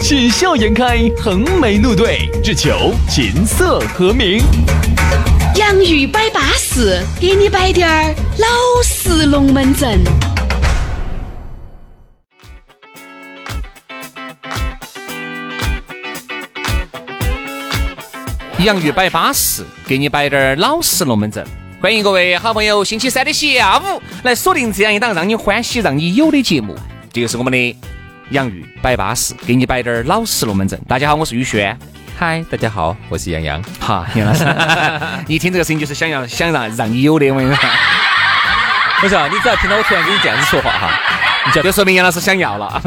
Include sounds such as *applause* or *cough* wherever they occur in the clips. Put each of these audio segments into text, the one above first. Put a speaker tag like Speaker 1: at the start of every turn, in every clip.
Speaker 1: 喜笑颜开，横眉怒对，只求琴瑟和鸣。
Speaker 2: 洋芋摆巴士，给你摆点儿老式龙门阵。
Speaker 3: 洋芋摆巴适，给你摆点儿老实龙门阵。欢迎各位好朋友，星期三的下午来锁定这样一档让你欢喜、让你有的节目，这就是我们的洋芋摆巴适，给你摆点儿老实龙门阵。大家好，我是宇轩。
Speaker 4: 嗨，大家好，我是杨洋。
Speaker 3: 哈，杨老师，一听这个声音就是想要想让让你有的，我跟你说，
Speaker 4: 不是啊，你只要听到我突然跟你这样子说
Speaker 5: 啊
Speaker 4: 话哈，
Speaker 3: 就说明杨老师想要了，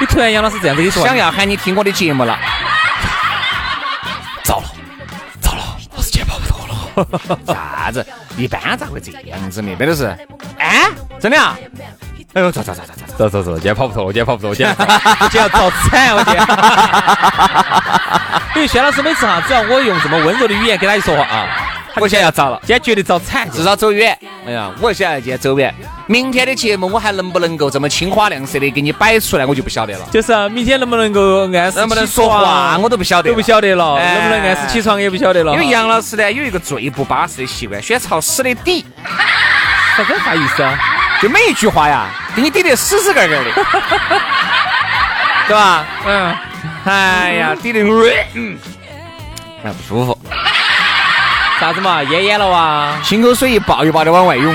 Speaker 4: 你突然杨老师这样子跟你说话
Speaker 3: 想，要喊你听我的节目了。糟了，糟了，老师接不
Speaker 5: *laughs*
Speaker 3: 到了。啥子？一般咋会这样子呢？别都是，哎，真的啊？哎呦，走走走走走。
Speaker 4: 走走走，今天跑不脱了，今天跑不 *laughs* 脱，我今天今天要遭惨，我今天。 *laughs* 因为薛老师每次哈，只要我用这么温柔的语言跟他一说话啊，
Speaker 3: 我现在要遭了，
Speaker 4: 今天绝对遭惨。
Speaker 3: 至少走远。哎呀，我现在今天走远，明天的节目我还能不能够这么清花亮色的给你摆出来，我就不晓得了。
Speaker 4: 就是啊明天能不能够按时
Speaker 3: 能不能
Speaker 4: 起
Speaker 3: 说
Speaker 4: 床
Speaker 3: 话我都不晓得
Speaker 4: 都不晓得了，
Speaker 3: 哎
Speaker 4: 能不能按时起床也不晓得了。
Speaker 3: 因为杨老师呢有一个最不巴适的习惯，喜欢朝死的抵，
Speaker 4: 啥子啥意思啊？
Speaker 3: 就每一句话呀，给你抵得死死个个
Speaker 4: *laughs*
Speaker 3: 的，对吧？
Speaker 4: 嗯，
Speaker 3: 哎呀，抵得，嗯，哎不舒服，
Speaker 4: 啥子嘛，咽炎了哇？
Speaker 3: 心口水一爆一爆的往外涌，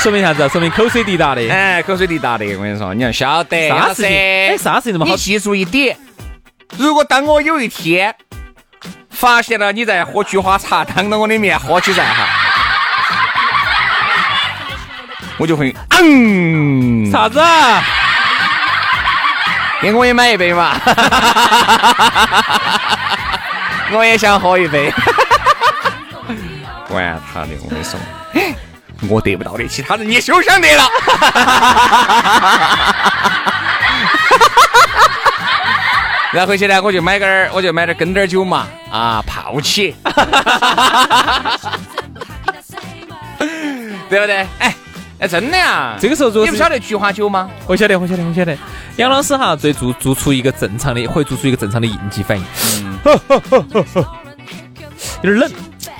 Speaker 4: 说明啥子啊？说明口水滴答的。
Speaker 3: 哎，口水滴答的，我跟你说，你要晓得，杨
Speaker 4: 啥
Speaker 3: 老
Speaker 4: 事
Speaker 3: 师
Speaker 4: 情？哎，啥事情这么好
Speaker 3: 你？记住一点，如果当我有一天发现了你在喝菊花茶，当着我的面喝起来哈，我就会嗯，
Speaker 4: 啥子啊？
Speaker 3: 给我也买一杯嘛，我也想喝一 *laughs* 杯。管他的，我跟你说，我得不到的，其他人你休想得了。 *laughs* 然后回去呢，我就买点儿，我就买点儿根点儿酒嘛，啊，泡起， *laughs* 对不对？哎，哎，真的呀，
Speaker 4: 这个时候如果
Speaker 3: 你
Speaker 4: 是
Speaker 3: 不晓得菊花酒吗？
Speaker 4: 我晓得，我晓得，我晓得。杨老师哈，最做做出一个正常的，会做出一个正常的应急反应。
Speaker 3: 嗯
Speaker 4: *laughs* 有点冷，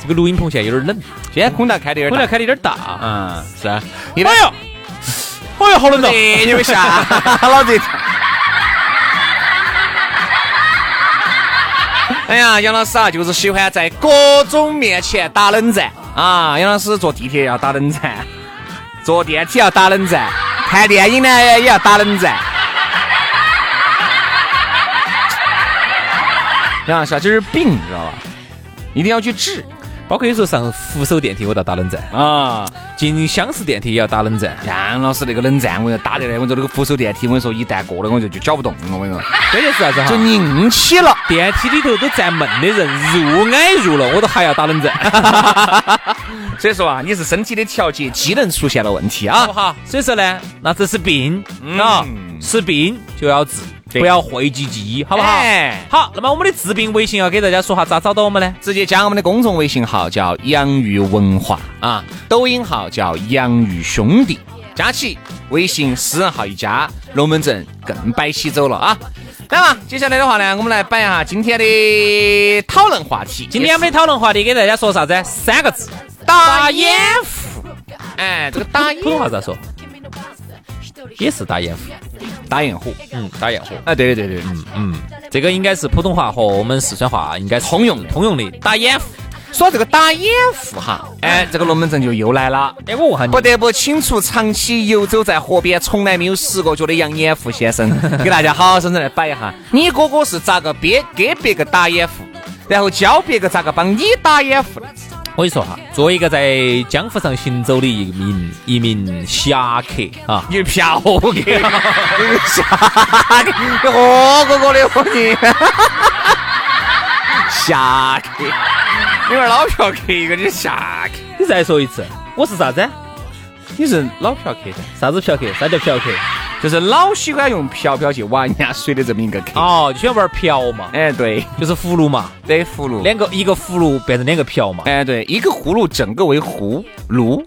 Speaker 4: 这个录音棚现在有点冷，
Speaker 3: 今天空调开的有
Speaker 4: 我
Speaker 3: 点
Speaker 4: 来
Speaker 3: 大。
Speaker 4: 开的有点大。
Speaker 3: 嗯，是啊。
Speaker 4: 哎
Speaker 3: 哎
Speaker 4: 呦，哎呦，好冷
Speaker 3: 这
Speaker 4: 啊！
Speaker 3: 你们吓老子一跳！哎呀，杨老师啊，就是喜欢在各种面前打冷战啊。杨老师坐地铁要打冷战， *laughs* 坐电梯要打冷战，看电影呢也要打冷战。 *laughs* 杨老师啊就是病，你知道吧？一定要去治
Speaker 4: 包括有时候上扶手电梯，我都要打冷战；
Speaker 3: 啊！
Speaker 4: 进厢式电梯也要打冷战。
Speaker 3: 杨老师那个冷战，我要打得来，我这那个扶手电梯，我跟你说，一旦过了我就就搅不动了，我跟你说，
Speaker 4: 关键是啥子
Speaker 3: 就
Speaker 4: 哈？
Speaker 3: 硬起了。
Speaker 4: 电梯里头都站闷的人，入挨入了，我都还要打冷 *laughs* 战，
Speaker 3: 所以说啊，你是身体的调节机能出现了问题
Speaker 4: 好不
Speaker 3: 啊。
Speaker 4: 好？所以说呢，那这是病
Speaker 3: 嗯
Speaker 4: 啊，是病就要治，不要讳疾忌医，好不好？
Speaker 3: 哎
Speaker 4: 好，那么我们的治病微信要给大家说下，咋找到我们呢？
Speaker 3: 直接加我们的公众微信号叫“养鱼文化”啊，抖音号叫“养鱼兄弟”，加起微信私人号一加，龙门阵更摆起走了啊。那么接下来的话呢，我们来摆一下今天的讨论话题。
Speaker 4: 今天我们的讨论话题给大家说啥子？三个字，
Speaker 3: 打掩护，哎，这个打掩
Speaker 4: 普通话咋说？也是打掩护，
Speaker 3: 打掩护，
Speaker 4: 嗯，打掩护，
Speaker 3: 哎，对对对对，嗯。
Speaker 4: 嗯，这个应该是普通话和我们四川话应该是
Speaker 3: 通用的
Speaker 4: 通用的打掩护。
Speaker 3: 说这个打掩护哈，哎，这个龙门阵就又来了。
Speaker 4: 哎，我问下
Speaker 3: 不
Speaker 4: 你，
Speaker 3: 得不清除长期游走在河边、从来没有湿过脚的杨眼福先生， *laughs* 给大家好好生生来摆一下。你哥 *laughs* 哥是咋个别给别个打掩护，然后教别个咋个帮你打掩护的？
Speaker 4: 我跟你说哈，作为一个在江湖上行走的一名一名侠客啊，
Speaker 3: 你嫖我给，你下个，你喝哥哥的喝你， *laughs* 下去，你玩老嫖客一个，你下去，
Speaker 4: 你再说一次，我是啥子？
Speaker 3: 你是老嫖客噻，
Speaker 4: 啥子嫖客？啥叫嫖客？
Speaker 3: 就是老喜欢用嫖嫖去挖人家水的这么一个客。
Speaker 4: 哦，就喜欢玩嫖嘛，
Speaker 3: 哎，对，
Speaker 4: 就是葫芦嘛，
Speaker 3: 对，葫芦，
Speaker 4: 两个一个葫芦变成两个瓢嘛。
Speaker 3: 哎，对，一个葫芦整个为葫芦，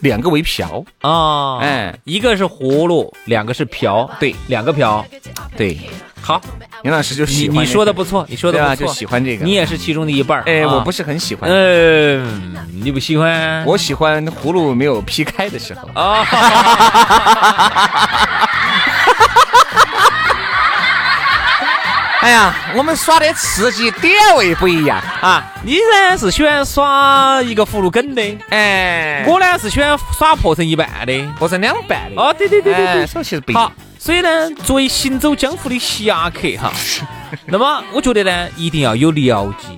Speaker 3: 两个为瓢，
Speaker 4: 啊，
Speaker 3: 哎
Speaker 4: 一个是葫芦，两个是瓢，
Speaker 3: 对，
Speaker 4: 两个瓢。
Speaker 3: 对，
Speaker 4: 好，
Speaker 3: 杨老师就
Speaker 4: 你
Speaker 3: 喜欢
Speaker 4: 你
Speaker 3: 这
Speaker 4: 说的
Speaker 3: 个
Speaker 4: 不错，你说的
Speaker 3: 对啊
Speaker 4: 不错，
Speaker 3: 就喜欢这个
Speaker 4: 你也是其中的一半儿。
Speaker 3: 哎，
Speaker 4: 啊
Speaker 3: 我不，是很喜欢，
Speaker 4: 嗯，你不喜欢
Speaker 3: 我喜欢葫芦没有劈开的时候。
Speaker 4: 啊？ *laughs*
Speaker 3: 哎呀，我们耍的刺激点位不一样。
Speaker 4: 啊，你呢是喜欢耍一个葫芦梗的，
Speaker 3: 哎，
Speaker 4: 我呢是喜欢耍破成一半的。
Speaker 3: 我是两半的。
Speaker 4: 哦，对对对对对
Speaker 3: 哎，，手其实不一样
Speaker 4: 好。，所以呢，作为行走江湖的侠客 *laughs* 哈，那么我觉得呢，一定要有僚机，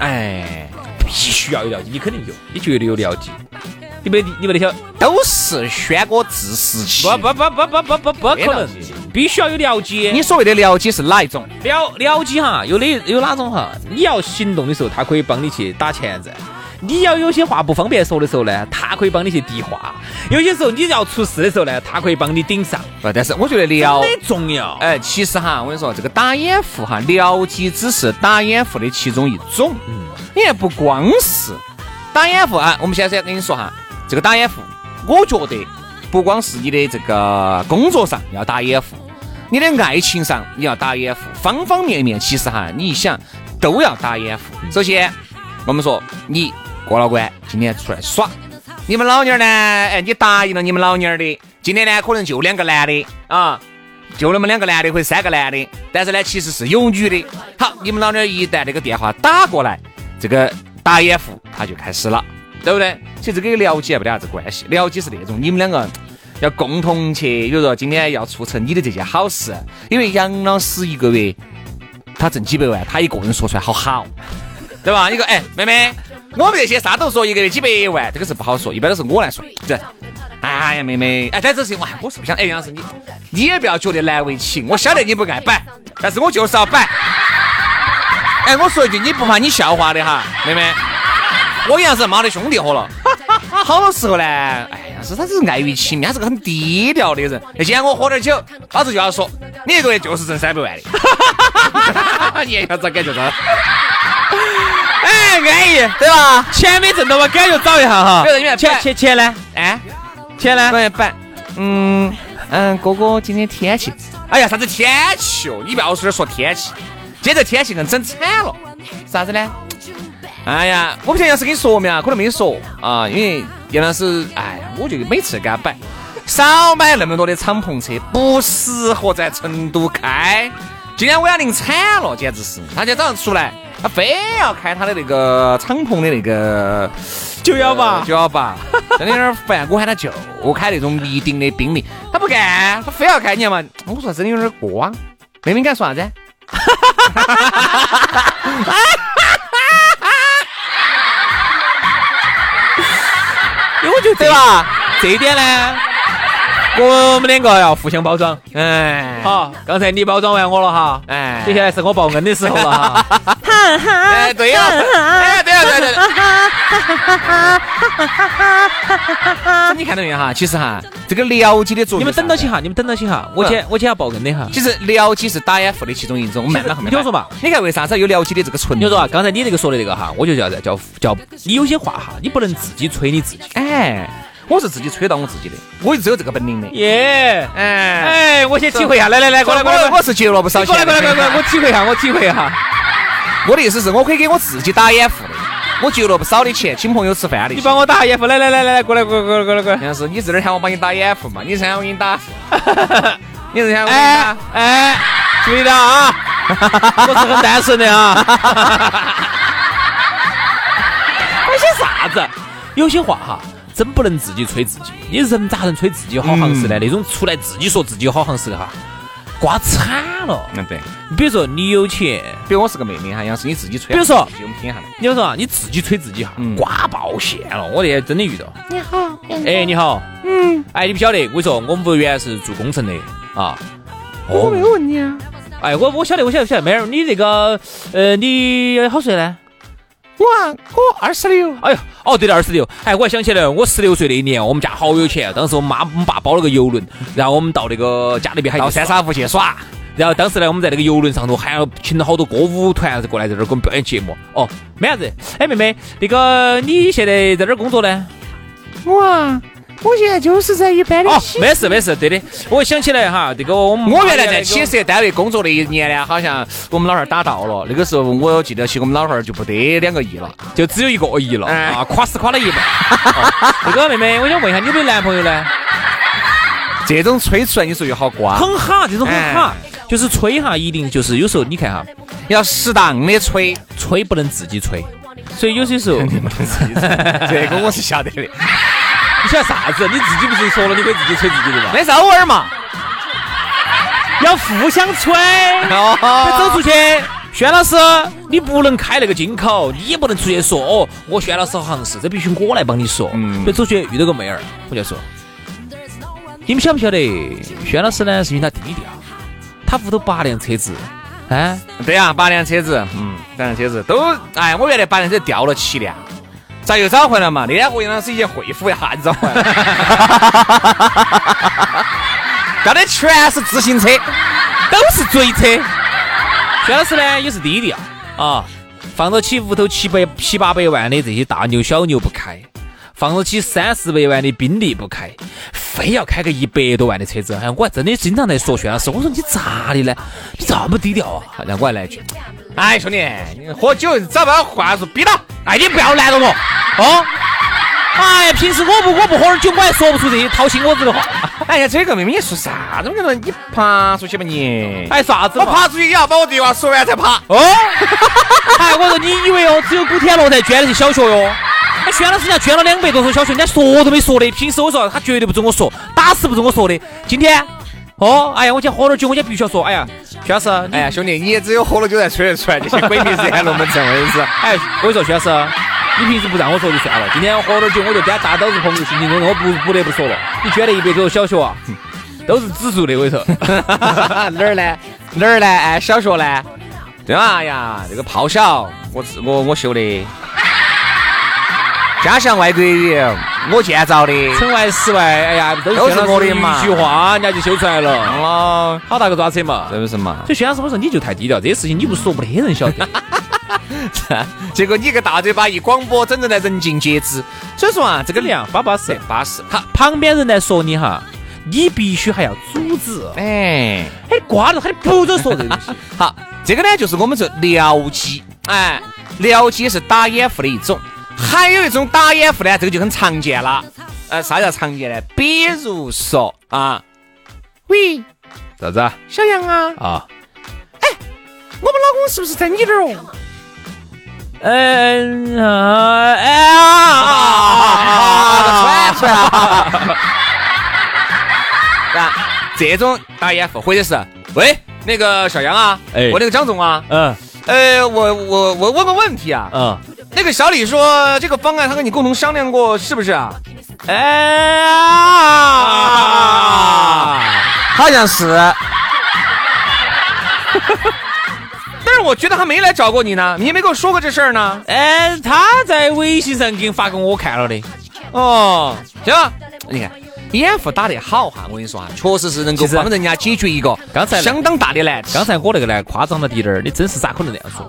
Speaker 3: 哎，
Speaker 4: 必须要有僚机，你肯定有，你绝对有僚机。你没你没得晓，
Speaker 3: 都是轩哥自食其
Speaker 4: 不不不不不不不不
Speaker 3: 没
Speaker 4: 可能
Speaker 3: 僚机，
Speaker 4: 必须要有僚机。
Speaker 3: 你所谓的了解是哪一种？
Speaker 4: 僚僚机哈，有的有哪种哈，你要行动的时候，他可以帮你去打前子。你要有些话不方便说的时候呢，他可以帮你去递话；有些时候你要出事的时候呢，他可以帮你顶上，
Speaker 3: 不，但是我觉得了
Speaker 4: 真，的重要。
Speaker 3: 哎，其实哈，我跟你说，这个打掩护哈，了解只是打掩护的其中一种。你看，不光是打掩护啊，我们现在跟你说哈，这个打掩护，我觉得不光是你的这个工作上要打掩护，你的爱情上你要打掩护，方方面面，其实哈，你一想都要打掩护。首先，我们说你过了关，今天出来耍，你们老娘儿呢，哎，你答应了你们老娘儿的，今天呢可能就两个男的啊。就那么两个男的或者三个男的，但是呢，其实是有女的。好，你们老娘儿一旦这个电话打过来，这个打掩护他就开始了，对不对？其实这个了解没得啥子关系，了解是那种你们两个要共同去，比如说今天要促成你的这件好事，因为杨老师一个月他挣几百万，他一个人说出来好好，对吧？你说，哎，妹妹，我们这些啥都说一个月几百万，这个是不好说，一般都是我来说，这。哎呀，妹妹，哎，但这事情，哎，我是不想，哎，杨老师，你你也不要觉得难为情，我晓得你不爱摆，但是我就是要摆。哎，我说一句，你不怕你笑话的哈，妹妹，我杨是妈的兄弟伙了。 *laughs* 好多时候呢，哎呀，是他是碍于情面，他是个很低调的人。那今天我喝点酒，老子就要说，你一个月就是挣三百万的， *laughs* 你也要咋感觉到？哎，安逸，对吧？
Speaker 4: 钱没挣到，我感觉找一下哈
Speaker 3: 对的因为
Speaker 4: 钱钱钱呢？
Speaker 3: 哎。
Speaker 4: 钱呢？
Speaker 3: 板板，嗯嗯，哥哥今天天气，哎呀，啥子天气哦？你不要说说天气，今天这天气硬整惨了。啥子呢？哎呀，我不晓得杨老师跟你说没啊，可能没说啊，因为杨老师，哎呀，我就每次给他摆，少买那么多的敞篷车，不适合在成都开。今天我要淋惨了，简直是！他今天早上出来，他非要开他的那个敞篷的那个
Speaker 4: 就要吧
Speaker 3: 呃九幺八，真的有点烦。我喊他就开那种密顶的宾利，他不干，他非要开，你看嘛。我说真的有点过啊。妹妹敢说啥子？
Speaker 4: 因为我觉得对吧？这一点呢，我们两个要互相包装。
Speaker 3: 哎，，
Speaker 4: 好，刚才你包装完我了哈，
Speaker 3: 哎
Speaker 4: 接下来是我报恩的时候了 *laughs* 哈。
Speaker 3: 哎，对呀、哎，对呀、对对对。
Speaker 4: 哎
Speaker 3: 这你看到没有哈？其实哈，这个了解的作用，
Speaker 4: 你们等到起。哈，你们等到起哈，我今我今要报恩的哈。
Speaker 3: 其实了解是打掩护的其中一种，我们慢慢后面
Speaker 4: 你听我说嘛，
Speaker 3: 你看为啥子有了解的这个存
Speaker 4: 你
Speaker 3: 在？
Speaker 4: 说啊，刚才你这个说的这个哈，我就叫叫叫，你有些话哈，你不能自己吹你自己。
Speaker 3: 哎，我是自己吹到我自己的，我只有这个本领的。
Speaker 4: 耶，
Speaker 3: 哎，
Speaker 4: 哎，我先体会一下，来来来，过来过来
Speaker 3: 我是节了不少
Speaker 4: 你过来
Speaker 3: 钱的
Speaker 4: 过来过来过来，我体会一下，我体会一下。
Speaker 3: 我的意思是我可以给我自己打掩护的，我节了不少的钱，请朋友吃饭的。
Speaker 4: 你帮我打下掩护，来来来来来，过来过来过来过来过来。
Speaker 3: 杨老师，你这儿喊我帮你打掩护嘛？你是喊我给你
Speaker 4: *laughs*
Speaker 3: 打？你是喊我给你
Speaker 4: 哎
Speaker 3: 打？
Speaker 4: 哎，注意到 *laughs* 啊，我是很单纯的 *laughs* 啊。有些啥子？有些话哈，真不能嗯自己吹自己。你人咋能吹自己好行事呢？那种出来自己说自己好行事的哈，刮惨了。
Speaker 3: 嗯，对。
Speaker 4: 比如说你有钱，
Speaker 3: 比如我是个妹妹哈，杨是你自己吹。
Speaker 4: 比如说
Speaker 3: 我们听一下来。
Speaker 4: 你说啊，你自己吹自己哈，
Speaker 3: 嗯
Speaker 4: 刮爆线了。我那天真的遇到。
Speaker 6: 你好，
Speaker 4: 哎，你好。嗯。哎，你不晓得，我跟你说，我们屋原来是做工程的啊。
Speaker 6: 我
Speaker 4: 哦
Speaker 6: 没。有问你啊，
Speaker 4: 哎，我我晓得，我晓得，我晓得，妹儿，你那个呃，你好岁呢？
Speaker 6: 我啊我二十六，
Speaker 4: 哎呀，哦对了，二十六。哎，我还想起来了，我十六岁那一年，我们家好有钱，当时我妈我们爸包了个游轮，然后我们到那个家里边还
Speaker 3: 到三沙
Speaker 4: 湖去耍。然后当时呢，我们在那个游轮上头还请了好多歌舞团啊过来在这儿给我们表演节目。哦，没啥子。哎，妹妹，那个你现在在哪儿工作呢？
Speaker 6: 我啊我现在就是在一般的
Speaker 4: 哦，
Speaker 6: 洗
Speaker 4: 没事没事，对的。我想起来哈，这个我们
Speaker 3: 我
Speaker 4: 妈
Speaker 3: 原来
Speaker 4: 那
Speaker 3: 在
Speaker 4: 个
Speaker 3: 企事业单位工作那一年呢，好像我们老汉儿打到了，那个时候我记得起我们老汉儿就不得两个亿了。
Speaker 4: 就只有一个亿了
Speaker 3: 哎
Speaker 4: 啊，垮死垮了一半。哦那个妹妹，我想问一下，你有没有男朋友呢？
Speaker 3: 这种吹出来，你说又好瓜，
Speaker 4: 很哈，这种很哈
Speaker 3: 哎，
Speaker 4: 就是吹哈，一定就是有时候你看哈，
Speaker 3: 要适当
Speaker 4: *laughs*
Speaker 3: 的吹。
Speaker 4: 吹不能自己吹，所以有些时候你
Speaker 3: 这
Speaker 4: *laughs*
Speaker 3: 个我是晓得的，
Speaker 4: 晓得啥子？你自己不是说了你可以自己吹自己的吗？
Speaker 3: 那是偶尔嘛。
Speaker 4: 要互相吹，啊哎再走
Speaker 3: 哦，
Speaker 4: 出去。轩老师，你不能开那个金口，你也不能出去说哦，我轩老师好像是，这必须我来帮你说。
Speaker 3: 嗯
Speaker 4: 所以走出去遇到个妹儿，我就说，你们晓不晓得轩老师呢？是因为他低调，他屋头八辆车子，哎，
Speaker 3: 对呀、八辆车子，嗯，八辆车子都，哎，我原来八辆车掉了七辆，咋又找回来嘛？那天我杨老师已经会府一下子找回来
Speaker 4: *laughs*
Speaker 3: *laughs* 了，掉的全是自行车，
Speaker 4: 都是追车。薛老师呢也是低调啊，放得起屋头七百七八百万的这些大牛小牛不开，放得起三四百万的宾利不开，非要开个一百多万的车子。哎，我还真的经常在说
Speaker 3: 啊
Speaker 4: 薛老师，我说你咋的呢？你这么低调啊？然后我还来一句，
Speaker 3: 哎，兄弟，你喝酒找不到话术，逼了，哎，你不要拦着我，哦，
Speaker 4: 哎，平时我不我不喝点酒，我还说不出这些掏心窝子的话。
Speaker 3: 哎呀，这个妹妹你说啥子嘛？你你爬出去吧你，
Speaker 4: 哎，啥子
Speaker 3: 我
Speaker 4: 嘛？
Speaker 3: 爬出去也要把我这句话说完再爬。
Speaker 4: 哦， *laughs* 哎，我说你以为哦，只有古天乐才捐的是小学哟？哎，轩老师人家捐了两百多所小学，人家说都没说的。平时我说他绝对不准我说，打死不准我说的。今天，哦，哎呀，我今天喝点酒，我今天必须要说。哎呀，薛老师，
Speaker 3: 哎呀，兄弟，你也只有喝了酒才吹得出来这些鬼迷日眼龙门阵，我跟你说。 *laughs*
Speaker 4: 哎，我跟你说，薛老师，你平时不让我说就算了，今天我喝点酒，我就跟他大刀子朋友心情中，我不不得不说了，你捐了一百多所小学啊，都是指数的，我跟你说。 *laughs*
Speaker 3: 哪儿呢？哪儿呢？哎，小学呢？对吧？哎呀，这个炮小，我自我我修的。加强外国语，我建造的。
Speaker 4: 城外室外，哎呀，都
Speaker 3: 都是
Speaker 4: 薛老师
Speaker 3: 我的嘛
Speaker 4: 一句话人家就修出来了，
Speaker 3: 哦，
Speaker 4: 好大个抓扯嘛。
Speaker 3: 是不是嘛？
Speaker 4: 所以薛老师，我说你就太低调，这些事情你不说，没得人晓得。
Speaker 3: *laughs* 结果你个大嘴巴一广播，整整的人尽皆知。所以说啊，这个
Speaker 4: 这样巴巴适
Speaker 3: 对。巴适。
Speaker 4: 他旁边人来说你哈，你必须还要阻止。
Speaker 3: 哎，
Speaker 4: 哎，瓜了，他不准说这个东西。
Speaker 3: 好，这个呢就是我们说僚机，哎，僚机是打掩护的一种，还有一种打掩护呢，这个就很常见了。呃，啥叫常见呢？比如说啊，
Speaker 6: 喂，
Speaker 4: 啥子啊？
Speaker 6: 小杨啊，
Speaker 4: 啊？
Speaker 6: 我们老公是不是在你这儿哦？
Speaker 4: 嗯啊哎
Speaker 3: *laughs*
Speaker 4: 啊！
Speaker 3: 啊，出来啊，这种打掩护，或者是喂那个小杨啊，
Speaker 4: 哎
Speaker 3: 我那个张总啊，
Speaker 4: 嗯
Speaker 3: 呃，我我我问个问题啊，
Speaker 4: 嗯，
Speaker 3: 那个小李说这个方案他跟你共同商量过是不是啊？
Speaker 4: 哎啊！
Speaker 3: 好像是。 *laughs* 但是我觉得他没来找过你呢，你也没跟我说过这事儿呢。
Speaker 4: 哎，他在微信上给你发给我看了的。
Speaker 3: 哦，行吧，你看掩护打得好哈，我跟你说哈，确实是能够
Speaker 4: 其实
Speaker 3: 帮人家解决一个
Speaker 4: 刚才
Speaker 3: 相当大的难题。
Speaker 4: 刚才我那个呢，夸张了滴点儿，你真是咋可能那样说？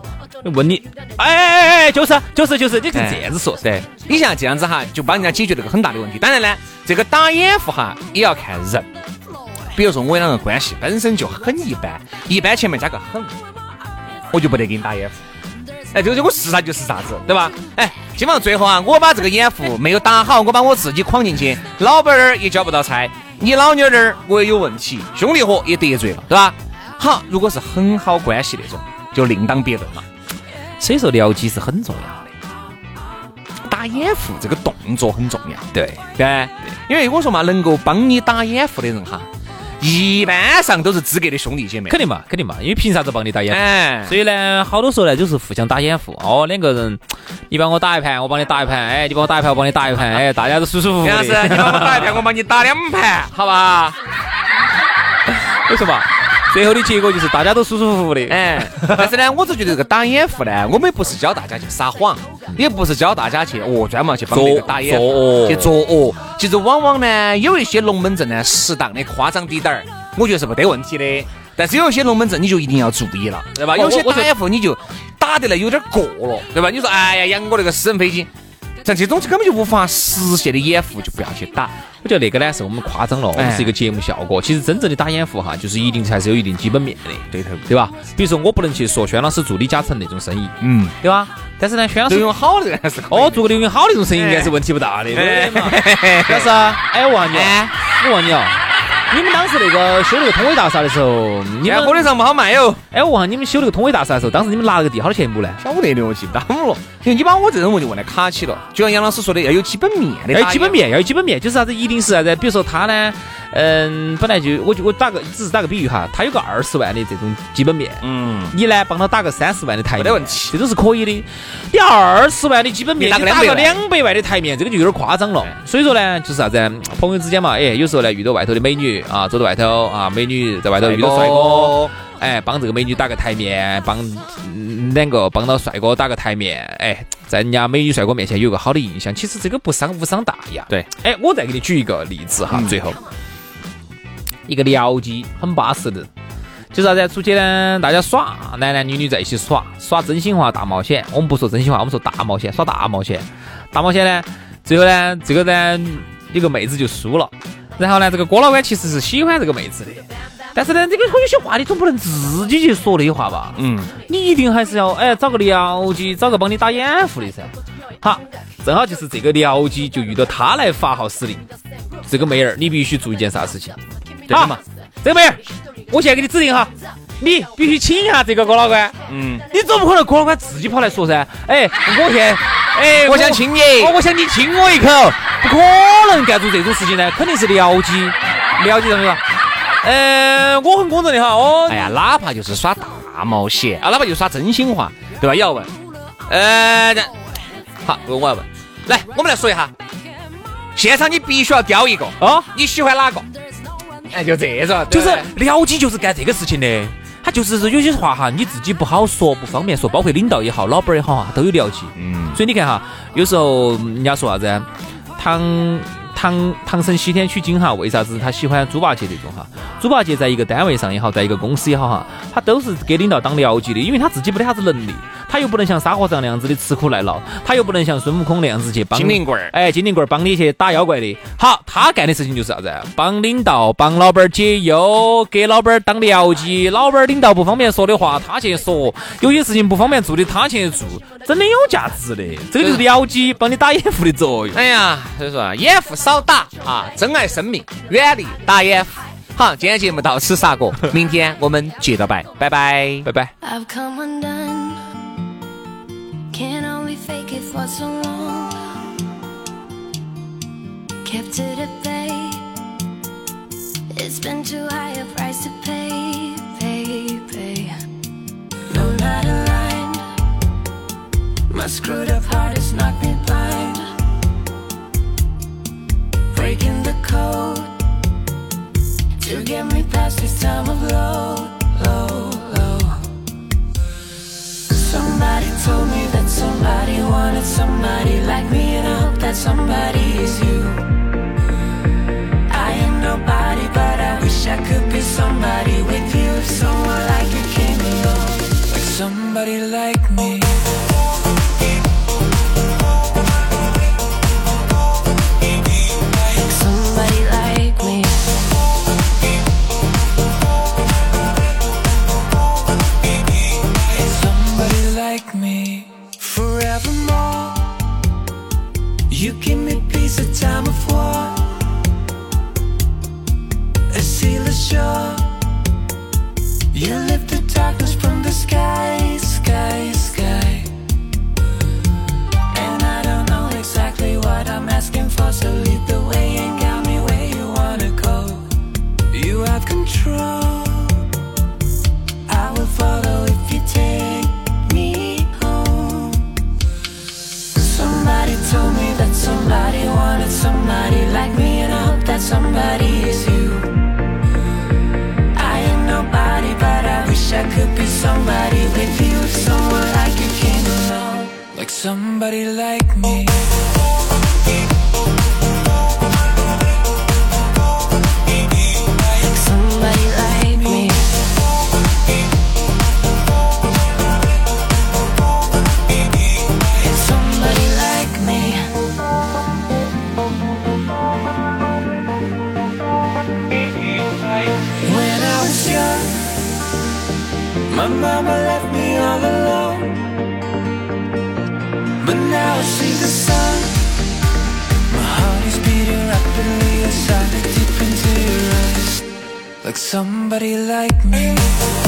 Speaker 4: 问你，哎哎哎哎，就是就是就是，你就这样子说噻。
Speaker 3: 对，你像这样子哈，就帮人家解决这个很大的问题。当然呢，这个打掩护哈也要看人，比如说我两个关系本身就很一般，一般前面加个很，我就不得给你打掩护。哎，这个就我是啥就是啥子，对吧？哎，基本上最后啊，我把这个掩护没有打好，我把我自己框进去，老板儿也交不到差，你老妞儿我也有问题，兄弟伙也得罪了，对吧？好，如果是很好关系那种，就另当别论了。
Speaker 4: 所以说，僚机是很重要的。
Speaker 3: 打掩护这个动作很重要。
Speaker 4: 对，
Speaker 3: 对，因为我说嘛，能够帮你打掩护的人哈，一般上都是资格的兄弟姐妹。
Speaker 4: 肯定嘛，肯定嘛，因为凭啥子帮你打掩护？
Speaker 3: 哎，
Speaker 4: 所以呢，好多时候呢，就是互相打掩护。哦，两个人，你帮我打一盘，我帮你打一盘，哎，你帮我打一盘，我帮你打一盘，哎，大家都舒舒服服
Speaker 3: 杨老
Speaker 4: *laughs*
Speaker 3: 师，
Speaker 4: 的。
Speaker 3: 你帮我打一盘，我帮你打两盘，好吧？
Speaker 4: 为什么？最后的结果就是大家都舒舒服服的。
Speaker 3: 哎，但是呢，我就觉得这个打掩护呢，我们也不是教大家去撒谎，也不是教大家去哦专门去帮别个打掩护
Speaker 4: 作哦
Speaker 3: 去作恶。其实往往呢，有一些龙门阵呢，适当的夸张滴点儿，我觉得是没得问题的。但是有一些龙门阵你就一定要注意了，对吧？
Speaker 4: 哦
Speaker 3: 有些
Speaker 4: 我我
Speaker 3: 打掩护你就打得来有点过了，对吧？你说哎呀，养我那个私人飞机，像这种根本就无法实现的掩护就不要去打。
Speaker 4: 我觉得那个呢是我们夸张了，我们
Speaker 3: 哎
Speaker 4: 是一个节目效果。其实真正的打掩护哈，就是一定还是有一定基本面的，对头，对吧？比如说我不能去说轩老师做李嘉诚那种生意，
Speaker 3: 嗯，
Speaker 4: 对吧？但是呢，轩老
Speaker 3: 都
Speaker 4: 师
Speaker 3: 用好的还是可以
Speaker 4: 哦做个刘云好那种生意应该是问题不大的，对不对嘛？ *laughs* 老师啊，哎，我问你哦，我问你哦，你们当时那个修那个通威大厦的时候，你
Speaker 3: 现在
Speaker 4: 们
Speaker 3: 哎火车上不好卖哟。
Speaker 4: 哎，我问你们修那个通威大厦的时候，当时你们拿那个地好多钱一亩呢？
Speaker 3: 晓得的，我记不到了。因为你把我这种问题问得卡起了，就像杨老师
Speaker 4: *laughs*
Speaker 3: 说的，要有基本面的，
Speaker 4: 哎要有基本。面，要哎有基本面，就是啥子？一定是啥子？比如说他呢，嗯，本来就我就我打个只是打个比喻哈，他有个二十万的这种基本面，
Speaker 3: 嗯，
Speaker 4: 你呢帮他打个三十万的台面，
Speaker 3: 没得问题
Speaker 4: 这种是可以的。你二十万的基本面，
Speaker 3: 你打个
Speaker 4: 你打个
Speaker 3: 200
Speaker 4: 两百万的台面，这个就有点夸张了。所以说呢，就是啥子？朋友之间嘛，哎，有时候呢遇到外头的美女啊，走到外头啊，美女在外头遇到帅哥。，哎，帮这个美女打个台面，帮嗯两个帮到帅哥打个台面，哎，在人家美女帅哥面前有个好的印象，其实这个不伤无伤大雅。
Speaker 3: 对，
Speaker 4: 哎，我再给你举一个例子哈，最后一个僚机很巴适的。就啥子？出去呢，大家耍，男男女女在一起耍，耍真心话大冒险。我们不说真心话，我们说大冒险，耍大冒险。大冒险呢，最后呢，这个呢，有个妹子就输了。然后呢，这个郭老倌其实是喜欢这个妹子的，但是呢，这个有些话你总不能自己去说那些话吧？
Speaker 3: 嗯，
Speaker 4: 你一定还是要哎找个僚机，找个帮你打掩护的噻。好，正好就是这个僚机就遇到他来发号施令，这个妹儿你必须做一件啥事情？
Speaker 3: 对的嘛
Speaker 4: 好？这个妹儿，我现在给你指令哈，你必须请一下这个郭老倌。
Speaker 3: 嗯，
Speaker 4: 你总不可能郭老倌自己跑来说噻？哎，我现在哎，
Speaker 3: 我想亲你
Speaker 4: 哦，我想你亲我一口，不可能干出这种事情呢，肯定是僚机，僚机怎么说？呃，我很公正的哈，哦，
Speaker 3: 哎呀，哪怕就是耍大冒险啊，哪怕就耍真心话，对吧？也要问，呃，这好，我要问，来，我们来说一下，现场你必须要叼一个，
Speaker 4: 啊，
Speaker 3: 你喜欢哪个？哎，就这种，
Speaker 4: 就
Speaker 3: 对
Speaker 4: 是
Speaker 3: 不对
Speaker 4: 僚机就是干这个事情的。他就是有些话哈，你自己不好说，不方便说，包括领导也好，老板也好哈，都有僚机。
Speaker 3: 嗯，
Speaker 4: 所以你看哈，有时候嗯人家说啥子，唐唐唐僧西天取经哈，为啥子他喜欢猪八戒这种哈？猪八戒在一个单位上也好，在一个公司也好哈，他都是给领导当僚机的，因为他自己没得啥子能力，他又不能像沙和尚那样子的吃苦耐劳，他又不能像孙悟空那样子去帮
Speaker 3: 精灵棍儿
Speaker 4: 哎，精灵棍儿帮你去打妖怪的。好，他干的事情就是啥子？帮领导、帮老板儿解忧，给老板儿当僚机。老板儿领导不方便说的话，他去说；有些事情不方便做的，他去做。真的有价值的，这个就是僚机帮你打掩护的作用。
Speaker 3: 哎呀，所以说啊，掩护少打啊，珍爱生命，远离打掩护。好，今天节目到此杀过，明天我们接着拜，拜拜。
Speaker 4: 拜拜。
Speaker 7: I've come undone. Can only fake it for so long. Kept it at bay. It's been too high a price to pay, pay, pay. No, not aligned. My screwed up heart has knocked me blind. Breaking the code to get me past this time of low, low, low. Somebody told me that somebody wanted somebody like me, and I hope that somebody is you. I am nobody, but I wish I could be somebody with you. If someone like you came along, like somebody like me. Somebody like me. somebody like me forevermore. You give me peace at time of war, a sealess shore. You lift the darkness from the sky, sky, sky. And I don't know exactly what I'm asking for, so lead the way and guide me where you wanna go. You have control.
Speaker 8: somebody with you, someone like you came along, like somebody like me. Like Somebody like me. Somebody like me. When I was young, my mama left me all alone. But now I see the sun. My heart is beating rapidly as I look deep into your eyes. Like somebody like me.